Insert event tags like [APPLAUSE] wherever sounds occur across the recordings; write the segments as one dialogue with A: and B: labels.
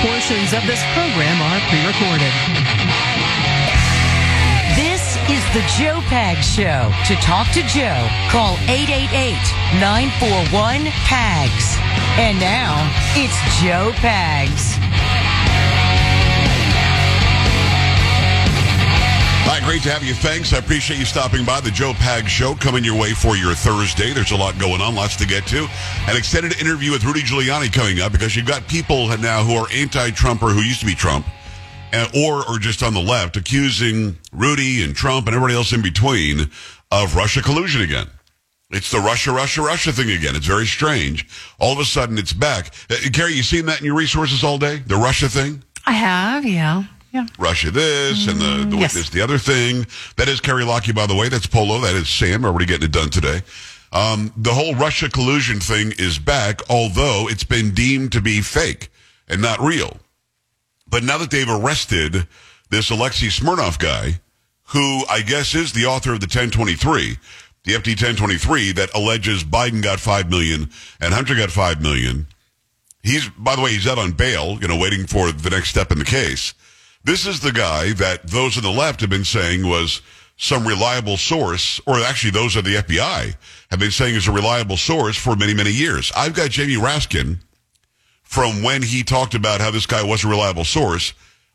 A: Portions of this program are pre-recorded. This is the Joe Pag Show. To talk to Joe, call 888-941-PAGS. And now, it's Joe Pags.
B: Hi, great to have you. Thanks. I appreciate you stopping by. The Joe Pag Show coming your way for your Thursday. There's a lot going on, lots to get to. An extended interview with Rudy Giuliani coming up because you've got people now who are anti-Trump or who used to be Trump, uh, or or just on the left, accusing Rudy and Trump and everybody else in between of Russia collusion again. It's the Russia, Russia, Russia thing again. It's very strange. All of a sudden, it's back. Uh, Carrie, you seen that in your resources all day? The Russia thing.
C: I have, yeah. Yeah.
B: Russia this and the, the
C: yes.
B: this the other thing. That is Kerry Lockheed, by the way. That's Polo. That is Sam. Already getting it done today. Um, the whole Russia collusion thing is back, although it's been deemed to be fake and not real. But now that they've arrested this Alexei Smirnov guy, who I guess is the author of the 1023, the FT 1023 that alleges Biden got 5 million and Hunter got 5 million. He's, by the way, he's out on bail, you know, waiting for the next step in the case. This is the guy that those on the left have been saying was some reliable source, or actually those of the FBI have been saying is a reliable source for many, many years. I've got Jamie Raskin from when he talked about how this guy was a reliable source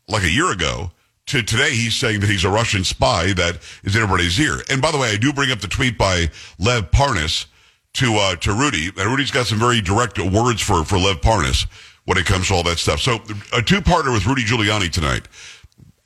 B: like a year ago to today he's saying that he's a Russian spy that is in everybody's ear. And by the way, I do bring up the tweet by Lev Parnas to uh, to Rudy. And Rudy's got some very direct words for, for Lev Parnas when it comes to all that stuff. So a two-parter with Rudy Giuliani tonight.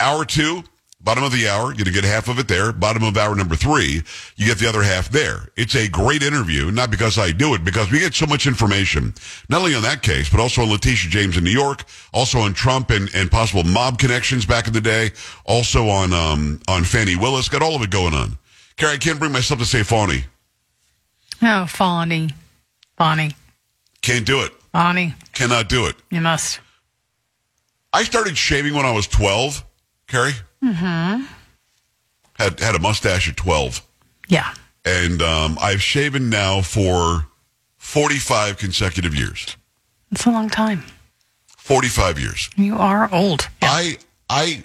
B: Hour two, bottom of the hour, you're going to get half of it there. Bottom of hour number three, you get the other half there. It's a great interview, not because I do it, because we get so much information, not only on that case, but also on Letitia James in New York, also on Trump and, and possible mob connections back in the day, also on, um, on Fannie Willis. Got all of it going on. Carrie, I can't bring myself to say Fawny.
C: Oh, Fawny. Fawny.
B: Can't do it.
C: Fawny.
B: Cannot do it.
C: You must.
B: I started shaving when I was 12, Carrie. Mm-hmm. Had, had a mustache at 12.
C: Yeah.
B: and um, I've shaven now for 45 consecutive years.
C: It's a long time.
B: 45 years.
C: You are old. Yeah.
B: I I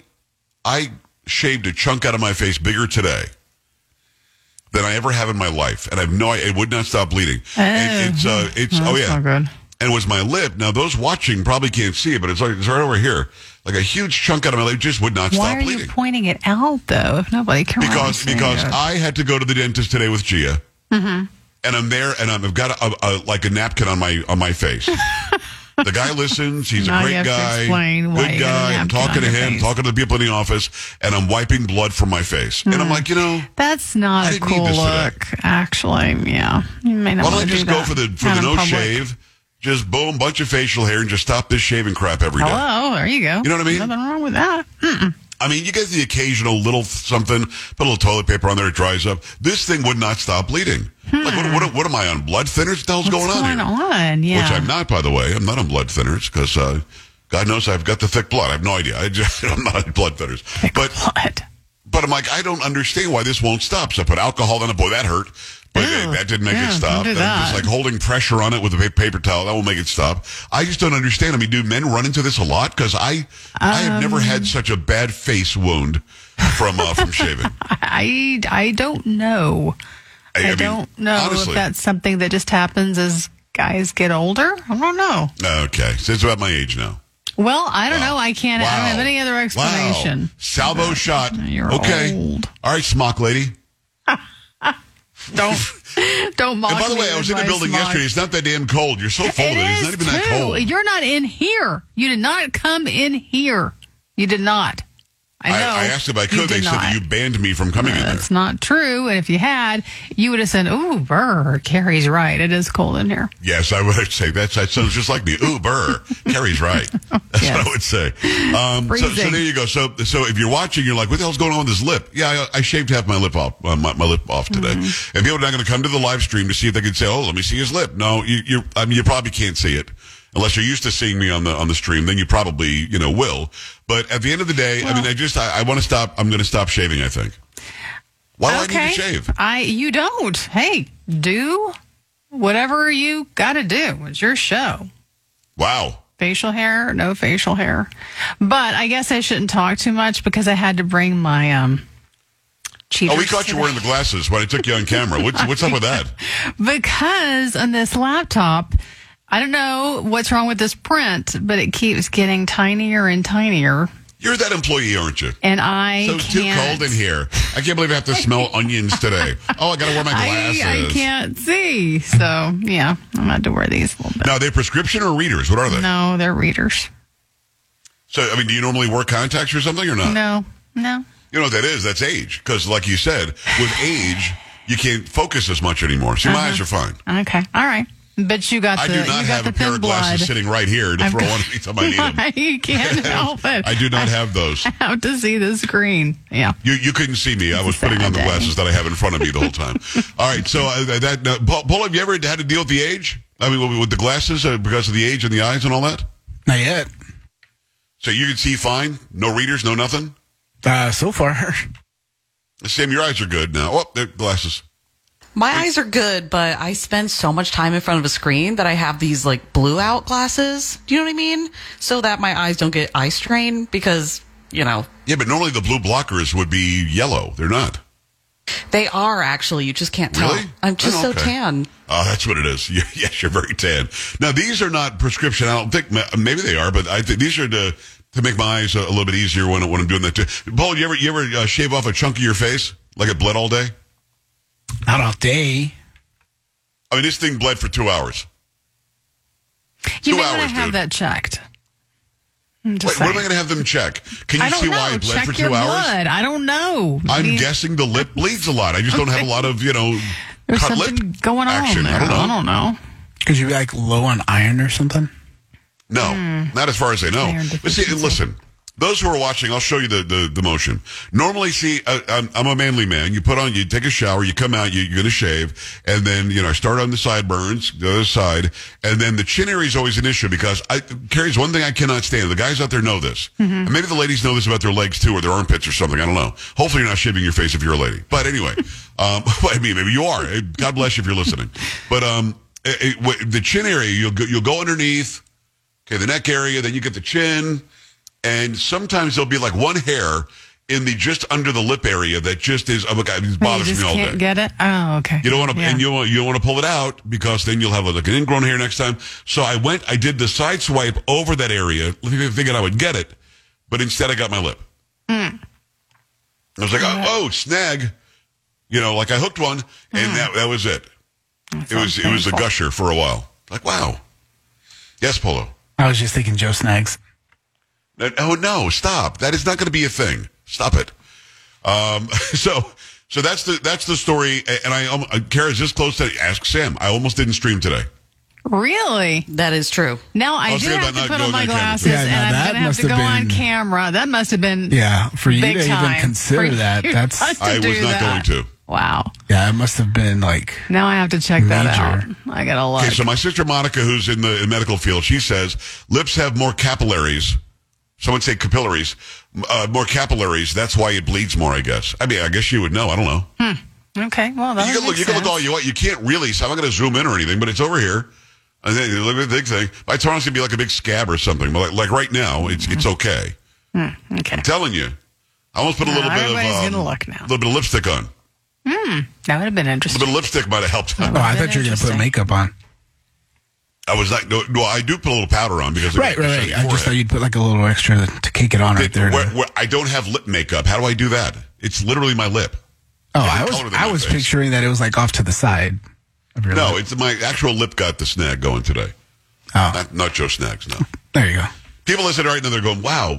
B: I shaved a chunk out of my face bigger today than I ever have in my life, and I've no it would not stop bleeding. And it's uh, it's oh
C: Oh. That's
B: yeah,
C: not good.
B: and it was my lip. Now those watching probably can't see it, but it's like it's right over here, like a huge chunk out of my lip just would not
C: Why
B: stop
C: are
B: bleeding
C: you pointing it out, though, if nobody can
B: because
C: really see
B: because
C: it?
B: I had to go to the dentist today with Gia,
C: Mm-hmm.
B: and I'm there, and I'm, I've got a, a, like a napkin on my on
C: [LAUGHS]
B: my face. the guy listens; he's
C: Now
B: a
C: you
B: great
C: have to
B: guy,
C: explain why
B: good
C: you got a
B: guy. I'm
C: napkin
B: talking
C: on
B: to
C: your
B: him,
C: face.
B: talking to the people in the office, and I'm wiping blood from my face, and
C: Mm.
B: I'm like, you know.
C: That's not
B: I
C: a
B: didn't need
C: cool
B: this today.
C: look, actually. Yeah. You may not
B: Why don't I
C: wanna
B: just
C: do
B: go
C: that.
B: for the for
C: Out
B: the
C: in
B: no
C: public.
B: shave? Just boom, bunch of facial hair, and just stop this shaving crap every day.
C: Hello. There you go.
B: You know what I mean?
C: Nothing wrong with that.
B: I mean, you get the occasional little something, put a little toilet paper on there, it dries up. This thing would not stop bleeding. Like, what, what, what am I on? Blood thinners? What the hell's going
C: Hmm. What's
B: on
C: going
B: here?
C: on? Yeah.
B: Which I'm not, by the way. I'm not on blood thinners because uh, God knows I've got the thick blood. I have no idea. I just, [LAUGHS] I'm not on blood thinners. But
C: [LAUGHS] What?
B: but I'm like, I don't understand why this won't stop. So I put alcohol in it. Boy, that hurt. But
C: Ew.
B: that didn't make
C: Oh, Yeah,
B: it
C: don't
B: stop.
C: do
B: And I'm just
C: that.
B: like holding pressure on it with a pa- paper towel. That won't make it stop. I just don't understand. I mean, do men run into this a lot? Because I I have
C: Um,
B: never had such a bad face wound from uh, from shaving.
C: I, I don't know. [LAUGHS]
B: I,
C: I,
B: mean,
C: don't know
B: honestly.
C: if that's something that just happens as guys get older. I don't know.
B: okay. So it's about my age now.
C: Well, I don't know. I can't. I don't
B: Wow.
C: have any other explanation.
B: Wow. Salvo shot.
C: You're
B: okay.
C: old.
B: All right, smock lady.
C: [LAUGHS] Don't [LAUGHS] don't mock
B: And by the
C: me
B: way, I was
C: with
B: in the
C: my
B: building
C: smog.
B: yesterday. It's not that damn cold. You're so full of
C: It
B: it. It's not
C: is
B: even that
C: too.
B: cold.
C: You're not in here. You did not come in here. You did not. I know.
B: I, asked if I
C: You
B: could. They
C: did
B: said
C: not.
B: that you banned me from coming in there.
C: That's not true. And if you had, you would have said, "Ooh, brr, Carrie's right. It is cold in here."
B: Yes, I would say that's, that sounds just like me. Ooh, burr. Carrie's right. That's what I would say. Um, so, so
C: Freezing.
B: there you go. So so if you're watching, you're like, what the hell's going on with this lip? Yeah, I, I shaved half my lip off, uh, my, my lip off today. And people are not going to come to the live stream to see if they can say, oh, let me see his lip. No, you you I mean you probably can't see it unless you're used to seeing me on the on the stream. Then you probably you know will. But at the end of the day, I mean, I just I, I want to stop. I'm going to stop shaving. I think. Why do Oh, I need to shave?
C: I you don't. Hey, do whatever you got to do. It's your show.
B: Wow.
C: Facial hair, no facial hair. But I guess I shouldn't talk too much because I had to bring my um cheaters.
B: Oh, we caught you
C: today.
B: wearing the glasses when I took you on camera. What's what's up with that?
C: because on this laptop, I don't know what's wrong with this print, but it keeps getting tinier and tinier,
B: You're that employee, aren't you?
C: and I
B: So
C: can't.
B: too cold in here. I can't believe I have
C: [LAUGHS]
B: to smell onions today. Oh, I got to wear my glasses.
C: I, I can't see, so yeah, I'm going to wear these a little bit.
B: Now, are they prescription or readers? What are they?
C: No, they're readers.
B: So, I mean, do you normally wear contacts or something or not?
C: No, no.
B: You know what that is? That's age. Because, like you said, with age, you can't focus as much anymore. So, my eyes are fine.
C: Okay, all right. But you got
B: I
C: the
B: do
C: Uh-huh. you got
B: not have
C: the
B: a pair
C: pin
B: of glasses
C: blood.
B: sitting right here to
C: I've
B: throw
C: got-
B: on anytime
C: [LAUGHS]
B: I need them.
C: you
B: [LAUGHS]
C: can't help it.
B: I do not have those.
C: have to see the screen. Yeah.
B: You, you couldn't see me. I was putting on the
C: Saturday.
B: glasses that I have in front of me the whole time. All right. So uh, that now, Paul, Paul, have you ever had to deal with the age? I mean, with the glasses uh, because of the age and the eyes and all that.
D: Not yet.
B: So you can see fine. No readers. No nothing. Uh,
D: Uh, so far, [LAUGHS]
B: Sam, your eyes are good now. Oh, they're glasses.
E: My eyes are good, but I spend so much time in front of a screen that I have these like blue out glasses. Do you know what I mean? So that my eyes don't get eye strain because, you know,
B: Yeah, but normally the blue blockers would be yellow. They're not.
E: they are actually. You just can't tell.
B: Really?
E: I'm just
B: Oh,
E: so
B: okay.
E: tan.
B: Oh, that's what it is. [LAUGHS] You- yes, you're very tan. Now these are not prescription. I don't think ma- maybe they are, but I think these are to to make my eyes a, a little bit easier when when I'm doing that too. Paul, you ever you ever uh, shave off a chunk of your face like it bled all day?
D: not all day.
B: I mean, this thing bled for two hours.
C: You
B: Two
C: may want to
B: hours,
C: have
B: dude.
C: that checked. I'm
B: Wait,
C: just
B: what am I
C: saying.
B: going to have them check? Can you
C: I don't
B: see
C: know.
B: why it bled
C: Check
B: for
C: your
B: two hours?
C: blood. I don't know.
B: I'm
C: Maybe
B: guessing the lip bleeds a lot. I just don't have a lot of you know
C: There's
B: cut
C: something
B: lip
C: going on
B: action.
C: there.
B: I don't know.
C: know.
D: Could you be like low on iron or something?
B: No, not as far as I know.
C: Iron
B: But see, and listen, those who are watching, I'll show you the, the, the motion. Normally, see, uh, I'm, I'm a manly man. You put on, you take a shower, you come out, you, you're going to shave, and then, you know, I start on the sideburns, the other side, and then the chin area is always an issue because I, Carrie's one thing I cannot stand. The guys out there know this. And maybe the ladies know this about their legs too, or their armpits or something. I don't know. Hopefully, you're not shaving your face if you're a lady. But anyway, um, [LAUGHS] well, I mean, maybe you are. Eh, God bless you if you're listening. But, um, it, it, the chin area, you'll go, you'll go underneath, Okay, the neck area, then you get the chin, and sometimes there'll be like one hair in the just under the lip area that just is. Oh my god, it
C: You
B: bothers
C: just
B: me all
C: can't
B: day.
C: get it. Oh, okay.
B: you don't want to,
C: Yeah.
B: and you don't- you don't want to pull it out because then you'll have like an ingrown hair next time. So I went, I did the side swipe over that area, thinking I would get it, but instead I got my lip.
C: Hmm.
B: I was like, oh, oh, snag, you know, like I hooked one, and
C: Hmm.
B: that that was it. it was it was a gusher for a while. Like wow, yes, Polo.
D: I was just thinking Joe Snags.
B: Uh, Oh no! Stop. That is not going to be a thing. Stop it. Um, [LAUGHS] so, so that's the that's the story. A- And I, um, uh, Kara's this close to ask Sam. I almost didn't stream today.
C: really?
E: That is true.
C: Now I
B: was
C: do
B: thinking
C: have
B: about
C: to
B: not
C: put on
B: going
C: my
B: on camera.
C: glasses,
D: Yeah, now
C: and I'm
D: that
C: going to have
D: must
C: to
D: have
C: go on
D: been-
C: camera. That must have been
D: Yeah, for you
C: big
D: to
C: time.
D: even consider
C: for
D: that,
C: you
D: that's
C: not to
B: I
C: do
B: was not
C: that.
B: going to.
C: Wow.
D: yeah, it must have been like
C: Now I have to check that out.
D: Major.
C: I got to look.
B: Okay, so my sister Monica, who's in the in medical field, she says lips have more capillaries. Someone say capillaries, M- uh, more capillaries. That's why it bleeds more. I guess. I mean, I guess you would know. I don't know.
C: okay. Well, that
B: you
C: would
B: can look.
C: make
B: You can look
C: sense.
B: all you want. You can't really. So I'm not going to zoom in or anything, but it's over here. And then you look at the big thing. By tomorrow, it's going to be like a big scab or something. But like, like right now, it's
D: Mm-hmm.
B: it's okay.
C: Okay.
D: Hmm,
B: I'm telling you. I almost put a little
C: No,
B: bit
C: everybody's
B: of
C: gonna
B: um,
C: look now.
B: little bit of lipstick on. A
C: That would have been interesting.
B: little bit of lipstick might have helped.
D: Oh, I thought you were gonna
C: Interesting.
D: put makeup on.
B: I was like, no, no, I do put a little powder on because it makes
D: Right, right,
B: a
D: right.
B: shiny
D: I just
B: forehead.
D: thought you'd put like a little extra to kick it on right there.
B: Where- where I don't have lip makeup. How do I do that? It's literally my lip. different
D: oh, I
B: color
D: was
B: than
D: I
B: my
D: was
B: face.
D: picturing that it was like off to the side. Of your
B: No,
D: lip.
B: it's my actual lip got the snag going today.
D: Oh.
B: Not, not Joe Snags. No.
D: there you go.
B: People listening right now, they're going, wow, uh,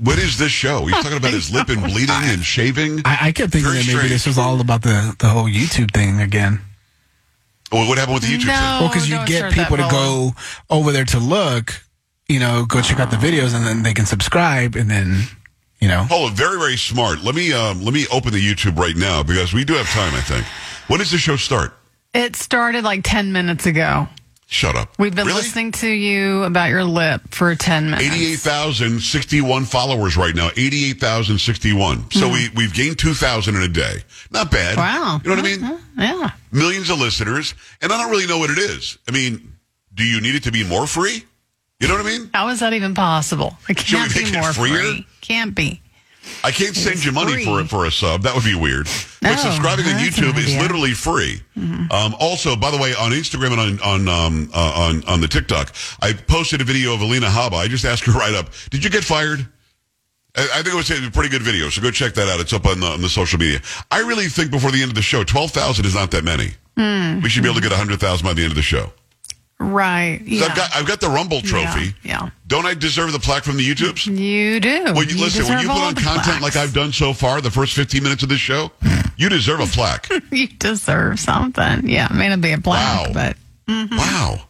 B: what is this show? He's talking about his lip and bleeding and shaving.
D: I, I kept thinking
B: Very
D: that maybe this
B: strange.
D: was all about the, the whole YouTube thing again.
B: Well, what happened with the YouTube
C: No.
B: thing?
D: Well, because
C: Oh,
D: you
C: don't
D: get
C: start that
D: people to
C: rolling.
D: go over there to look, you know, go check out the videos, and then they can subscribe, and then, you know,
B: Paula, very, very smart. Let me um, let me open the YouTube right now because we do have time, I think. When does the show start?
C: It started like 10 minutes ago.
B: Shut up.
C: We've been
B: Really?
C: listening to you about your lip for 10 minutes.
B: 88,061 followers right now. 88,061. So we, we've gained 2,000 in a day. Not bad.
C: Wow. Uh-huh. Mm-hmm.
B: You know what I mean?
C: Yeah.
B: Millions of listeners. And I don't really know what it is. I mean, do you need it to be more free? You know what I mean?
C: How is that even possible? It
B: Should we
C: can't
B: make
C: be
B: it
C: more
B: freer?
C: free. Can't be.
B: I can't send you money
C: free.
B: for it for a sub. That would be weird. But
C: Oh,
B: subscribing on
C: that's Mm-hmm. an
B: YouTube is
C: idea.
B: literally free. Um, also, by the way, on Instagram and on on um, uh, on on the TikTok, I posted a video of Alina Haba. I just asked her [LAUGHS] right up, "Did you get fired?" I I think it was a pretty good video, so go check that out. It's up on the, on the social media. I really think before the end of the show, twelve thousand is not that many.
C: Mm.
B: We should be able to get hundred thousand by the end of the show.
C: Right.
B: 'Cause
C: Yeah.
B: I've got I've got the Rumble trophy.
C: yeah.
B: Don't I deserve the plaque from the YouTubes?
C: you do.
B: Well, you, listen, when
C: deserve
B: you put
C: all
B: on
C: the
B: content
C: plaques.
B: like I've done so far, the first 15 minutes of this show, you deserve
C: [LAUGHS]
B: a plaque.
C: [LAUGHS] you deserve something. Yeah, it may not be a plaque,
B: Wow.
C: but
B: Wow.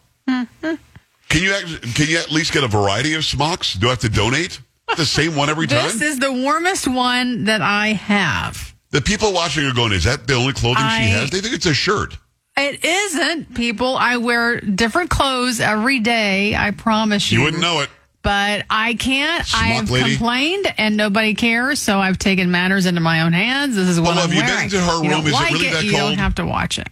B: Can you act- can you at least get a variety of smocks? Do I have to donate the same one every time?
C: this is the warmest one that I have.
B: the people watching are going, is that the only clothing she
C: I-
B: has? They think it's a shirt.
C: It isn't, people. I wear different clothes every day. I promise you.
B: You wouldn't know it.
C: But I can't.
B: Smock
C: I've
B: lady.
C: complained, and nobody cares. So I've taken matters into my own hands. This is what
B: Paula,
C: I'm
B: have you been
C: wearing.
B: to her
C: You
B: room?
C: don't
B: Is it
C: like
B: really that
C: You
B: cold?
C: don't have to watch it.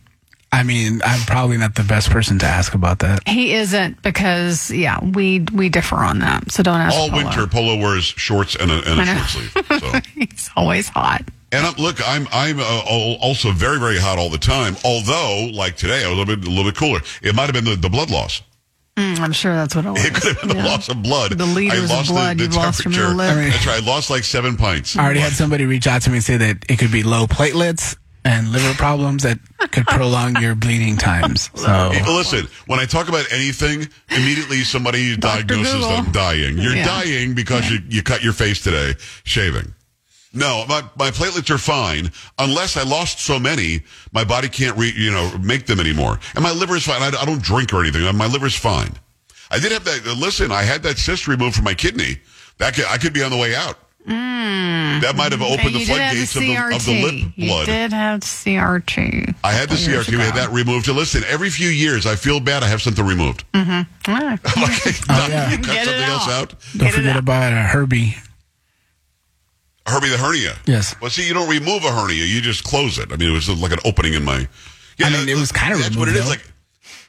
D: I mean, I'm probably not the best person to ask about that.
C: He isn't because yeah, we we differ on that. So don't ask.
B: All
C: Polo.
B: winter, Polo wears shorts and a, and a
C: I know.
B: short sleeve. So.
C: [LAUGHS] He's always hot.
B: And I'm, look, I'm I'm uh, al- also very very hot all the time. Although, like today, I was a little bit, a little bit cooler. It might have been the, the blood loss.
C: Mm, I'm sure that's what it was.
B: It could have been the
C: Yeah.
B: loss of blood.
C: The liters of blood you lost from your liver.
D: I mean-
B: That's right. I lost like seven pints.
D: I already had somebody reach out to me and say that it could be low platelets and liver problems that could prolong
B: [LAUGHS]
D: your bleeding times. So
B: Hey, Listen, when I talk about anything, immediately
C: [LAUGHS]
B: somebody diagnoses
C: Google.
B: I'm dying. You're
C: Yeah.
B: dying because you, you cut your face today shaving. No, my, my platelets are fine unless I lost so many, my body can't re, you know make them anymore. And my liver is fine. I, I don't drink or anything. My liver's fine. I did have that. Listen, I had that cyst removed from my kidney. That could, I could be on the way out. that might have
C: Hmm. And
B: opened the
C: you did have
B: floodgates of the, of the
C: CRT.
B: lip
C: You
B: blood.
C: did have CRT.
B: I had the CRT. We had that removed. And listen, every few years, I feel bad. I have something removed.
C: Ah,
B: like,
D: Mm. Oh, yeah.
B: you [LAUGHS] cut
C: Get it
B: something else
C: out.
B: out.
D: don't forget about a Herbie.
B: Herbie, the hernia.
D: Yes.
B: Well, see, you don't remove a hernia. You just close it. I mean, it was like an opening in my.
D: I mean, it was kinda
B: That's what it
D: removed,
B: is.
D: though.
B: Like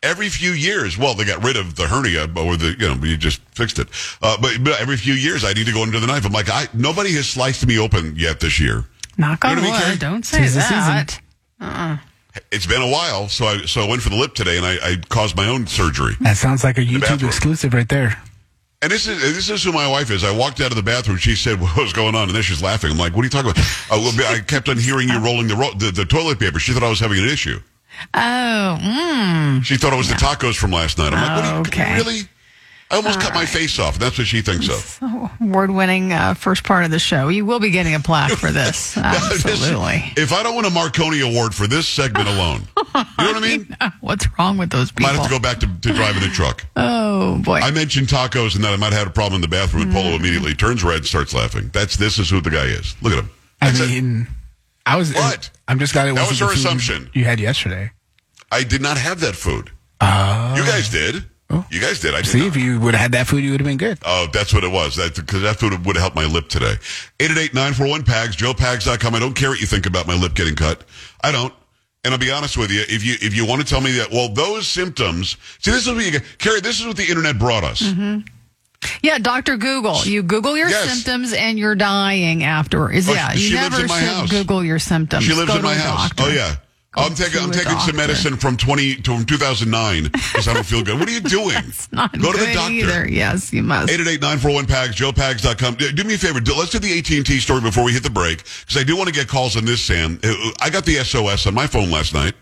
B: every few years. Well, they got rid of the hernia, or the you know, you just fixed it. Uh, but, but every few years, I need to go under the knife. I'm like, I nobody has sliced me open yet this year.
C: knock on
B: You know what I mean, Carrie?
C: wood. Don't say
D: Tis the
C: that.
B: It's been a while, so I so I went for the lip today, and I, I caused my own surgery.
D: That sounds like a YouTube
B: bathroom.
D: exclusive right there.
B: And this is this is who my wife is. I walked out of the bathroom. She said, "What was going on?" And then she's laughing. I'm like, "What are you talking about?" I, will be- I kept on hearing you rolling the, ro- the the toilet paper. She thought I was having an issue.
C: Oh, mm,
B: She thought it was the tacos from last night. I'm like, "What are you
C: Oh, Okay.
B: really?" I almost cut my face off. That's what she
C: [LAUGHS]
B: thinks of. [LAUGHS]
C: award-winning uh, first part of the show. You will be getting a plaque for
B: [LAUGHS]
C: this. Absolutely. [LAUGHS]
B: if I don't win a Marconi award for this segment alone, you know what I mean?
C: What's wrong with those
B: Might
C: people?
B: have to go back to, to driving a truck.
C: oh boy.
B: I mentioned tacos and that I might have had a problem in the bathroom. And Polo immediately turns red and starts laughing. That's this is who the guy is. Look at him.
D: I
B: That's it.
D: mean, I was.
B: What?
D: I'm just glad it
B: That
D: wasn't
B: was her
D: the food
B: assumption.
D: You had yesterday.
B: I did not have that food.
C: Ah.
B: you guys did.
C: Oh.
B: You guys did. I did
D: See,
B: not.
D: if you would have had that food, you would have been good.
B: Oh, that's what it was. That because that food would have helped my lip today. 888-941-PAGS, joepags.com. I don't care what you think about my lip getting cut. I don't. And I'll be honest with you, if you if you want to tell me that, well, those symptoms. See, this is what you get, Carrie. This is what the internet brought us.
C: Mm-hmm. Yeah, Doctor Google. You Google your
B: Yes.
C: symptoms, and you're dying afterwards.
B: Oh,
C: yeah,
B: she-
C: you
B: she lives
C: never
B: in my
C: should
B: house.
C: Google your symptoms.
B: She lives
C: Go
B: in
C: to
B: my
C: a
B: house.
C: doctor.
B: Oh yeah.
C: Go
B: I'm taking
C: to
B: I'm
C: a
B: taking
C: doctor.
B: some medicine from twenty from 2009 because I don't feel good. What are you
C: [LAUGHS]
B: doing?
C: Not
B: Go to
C: good
B: the doctor.
C: either. Yes, you must.
B: 888-941-PAGS, joepags.com. Do do me a favor. Do, let's do the AT&T story before we hit the break because I do want to get calls on this, Sam. Uh, I got the SOS on my phone last night.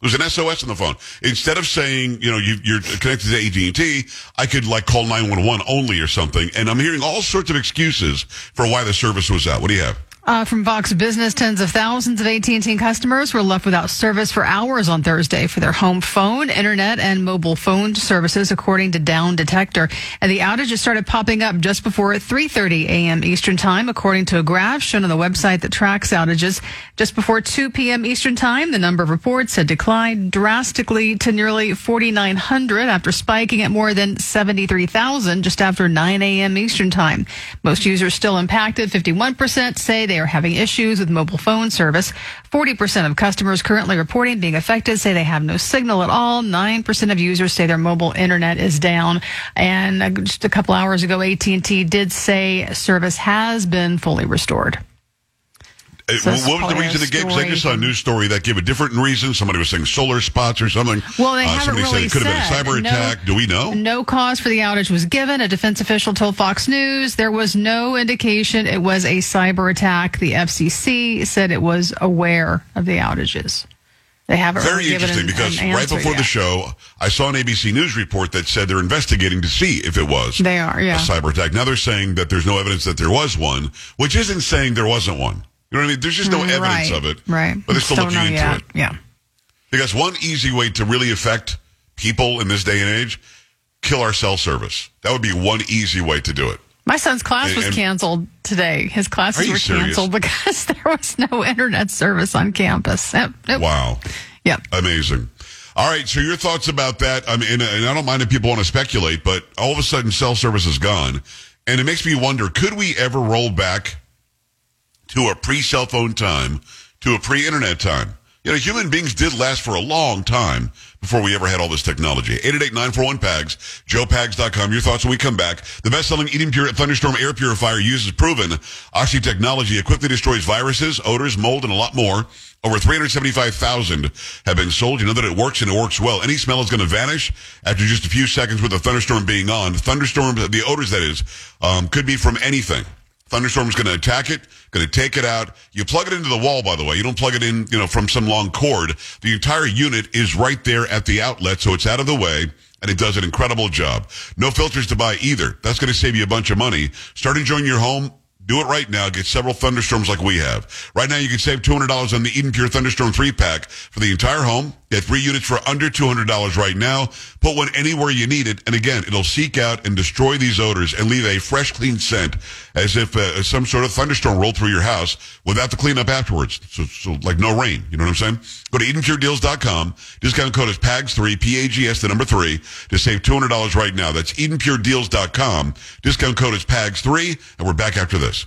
B: There's an SOS on the phone. Instead of saying, you know, you, you're connected to AT&T, I could like call 911 only or something. And I'm hearing all sorts of excuses for why the service was out. What do you have?
C: Uh, from Vox Business, tens of thousands of AT&T customers were left without service for hours on Thursday for their home phone, internet, and mobile phone services, according to Down Detector. And the outages started popping up just before 3:30 a.m. Eastern Time, according to a graph shown on the website that tracks outages. Just before 2 p.m. Eastern Time, the number of reports had declined drastically to nearly 4,900 after spiking at more than 73,000 just after 9 a.m. Eastern Time. Most users still impacted. 51% say they are having issues with mobile phone service. 40% of customers currently reporting being affected say they have no signal at all. 9% of users say their mobile internet is down. And uh, just a couple hours ago, AT&T did say service has been fully restored.
B: Uh,
C: So it's
B: what was the
C: probably a
B: reason it gave? 'Cause I just saw a
C: story.
B: news story that gave a different reason. Somebody was saying solar spots or something.
C: Well, they
B: Uh,
C: haven't
B: somebody
C: really
B: said it could have been a cyber
C: said. No-
B: attack. Do we know?
C: No cause for the outage was given. A defense official told Fox News there was no indication it was a cyber attack. The FCC said it was aware of the outages. They haven't
B: Very
C: really given
B: interesting
C: an-
B: because
C: an
B: right
C: answer
B: before the
C: yet.
B: show, I saw an ABC News report that said they're investigating to see if it was
C: They are, yeah.
B: a cyber attack. Now they're saying that there's no evidence that there was one, which isn't saying there wasn't one. You know what I mean? There's just no
C: Mm,
B: evidence
C: right,
B: of it.
C: Right.
B: But they're still
C: Don't
B: looking
C: know
B: into
C: yet.
B: it.
C: Yeah.
B: Because one easy way to really affect people in this day and age, kill our cell service. That would be one easy way to do it.
C: My son's class
B: And-
C: was
B: and-
C: canceled today. His classes
B: you
C: were
B: serious?
C: canceled [LAUGHS] because there was no internet service on campus. Yep. Yep.
B: Wow.
C: Yep.
B: Amazing. All right, so your thoughts about that? I mean, and, and I don't mind if people want to speculate, but all of a sudden, cell service is gone, and it makes me wonder: could we ever roll back to a pre-cell phone time, to a pre-internet time? You know, human beings did last for a long time before we ever had all this technology. 888-941-PAGS, joepags.com. Your thoughts when we come back. The best-selling eating pure thunderstorm air purifier uses proven Oxy technology. It quickly destroys viruses, odors, mold, and a lot more. Over 375,000 have been sold. You know that it works and it works well. Any smell is going to vanish after just a few seconds with a thunderstorm being on. Thunderstorms, the odors that is, um, could be from anything. Thunderstorm's going to attack it, going to take it out. You plug it into the wall, by the way. You don't plug it in, you know, from some long cord. The entire unit is right there at the outlet, so it's out of the way, and it does an incredible job. No filters to buy either. That's going to save you a bunch of money. Start enjoying your home. Do it right now. Get several thunderstorms like we have. Right now, you can save $200 on the Eden Pure Thunderstorm 3 pack for the entire home. Get three units for under $200 right now. Put one anywhere you need it. And again, it'll seek out and destroy these odors and leave a fresh, clean scent as if uh, some sort of thunderstorm rolled through your house without the cleanup afterwards. So, so like no rain. You know what I'm saying? Go to EdenPureDeals.com. Discount code is PAGS3, P-A-G-S, the number three, to save $200 right now. That's EdenPureDeals.com. Discount code is PAGS3, and we're back after this.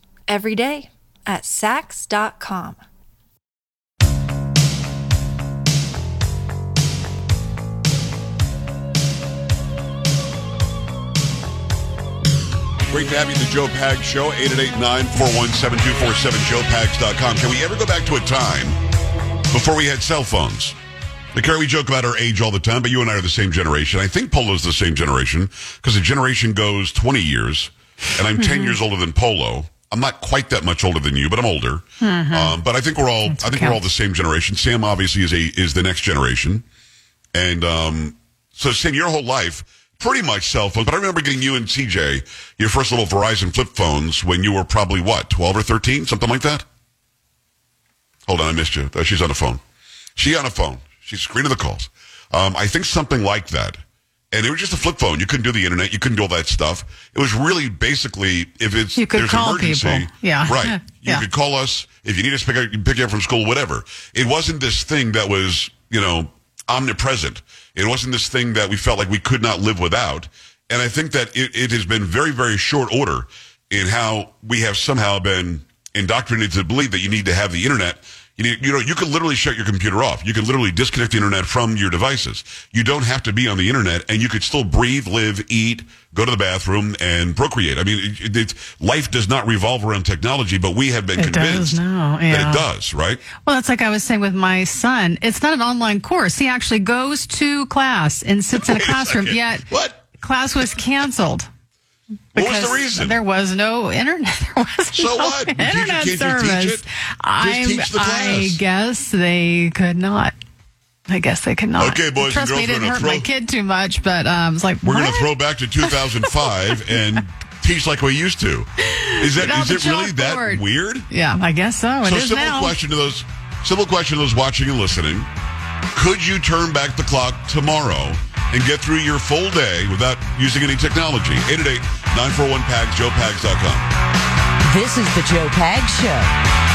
F: every day at Sax.com.
B: Great to have you, at the Joe Pags Show, 888-941-7247, joepags.com. Can we ever go back to a time before we had cell phones? The Carrie, we joke about our age all the time, but you and I are the same generation. I think Polo's the same generation because the generation goes 20 years, and I'm 10 years older than Polo. I'm not quite that much older than you, but I'm older. Um, but I think we're all I think we're all the same generation. Sam obviously is a is the next generation. And um, so, Sam, your whole life, pretty much cell phone. But I remember getting you and CJ your first little Verizon flip phones when you were probably what, 12 or 13, something like that? Hold on, I missed you. Uh, She's on the phone. She on the phone. She's screening the calls. Um, I think something like that. And it was just a flip phone. You couldn't do the internet. You couldn't do all that stuff. It was really basically if it's
C: You could
B: there's
C: call
B: an emergency,
C: people. Yeah. [LAUGHS]
B: right. You
C: Yeah.
B: could call us if you need us to pick, up, you pick you up from school, whatever. It wasn't this thing that was, you know, omnipresent. It wasn't this thing that we felt like we could not live without. And I think that it, it has been very, very short order in how we have somehow been indoctrinated to believe that you need to have the internet. You, need, you know, you can literally shut your computer off. You can literally disconnect the internet from your devices. You don't have to be on the internet, and you could still breathe, live, eat, go to the bathroom, and procreate. I mean, it, it, it's- life does not revolve around technology, but we have been
C: It does
B: convinced
C: now,
B: that
C: yeah.
B: it does, right?
C: Well, that's like I was saying with my son. It's not an online course. He actually goes to class and sits in a
B: [LAUGHS] Wait a
C: classroom.
B: second.
C: yet
B: What?
C: class was canceled.
B: What was the
C: because
B: reason?
C: There was no internet. [LAUGHS] There was
B: So
C: no
B: what? You teach-
C: Internet
B: can't you teach
C: service.
B: it? Just
C: I'm-
B: teach the
C: I
B: class.
C: guess they could not. I guess they could not.
B: Okay, boys and
C: Trust me,
B: girls,
C: it
B: we're
C: didn't
B: gonna
C: hurt my
B: throw-
C: kid too much, but um, I was like,
B: We're going
C: what?
B: to throw back
C: [LAUGHS]
B: to 2005 and teach like we used to. Is that
C: Get on
B: is
C: the
B: it really
C: chalkboard.
B: that weird?
C: Yeah, I guess so. It
B: So
C: is
B: simple
C: now.
B: question to those simple question to those watching and listening. Could you turn back the clock tomorrow and get through your full day without using any technology? 888-941-PAGS, joepags.com.
A: This is the Joe Pags Show.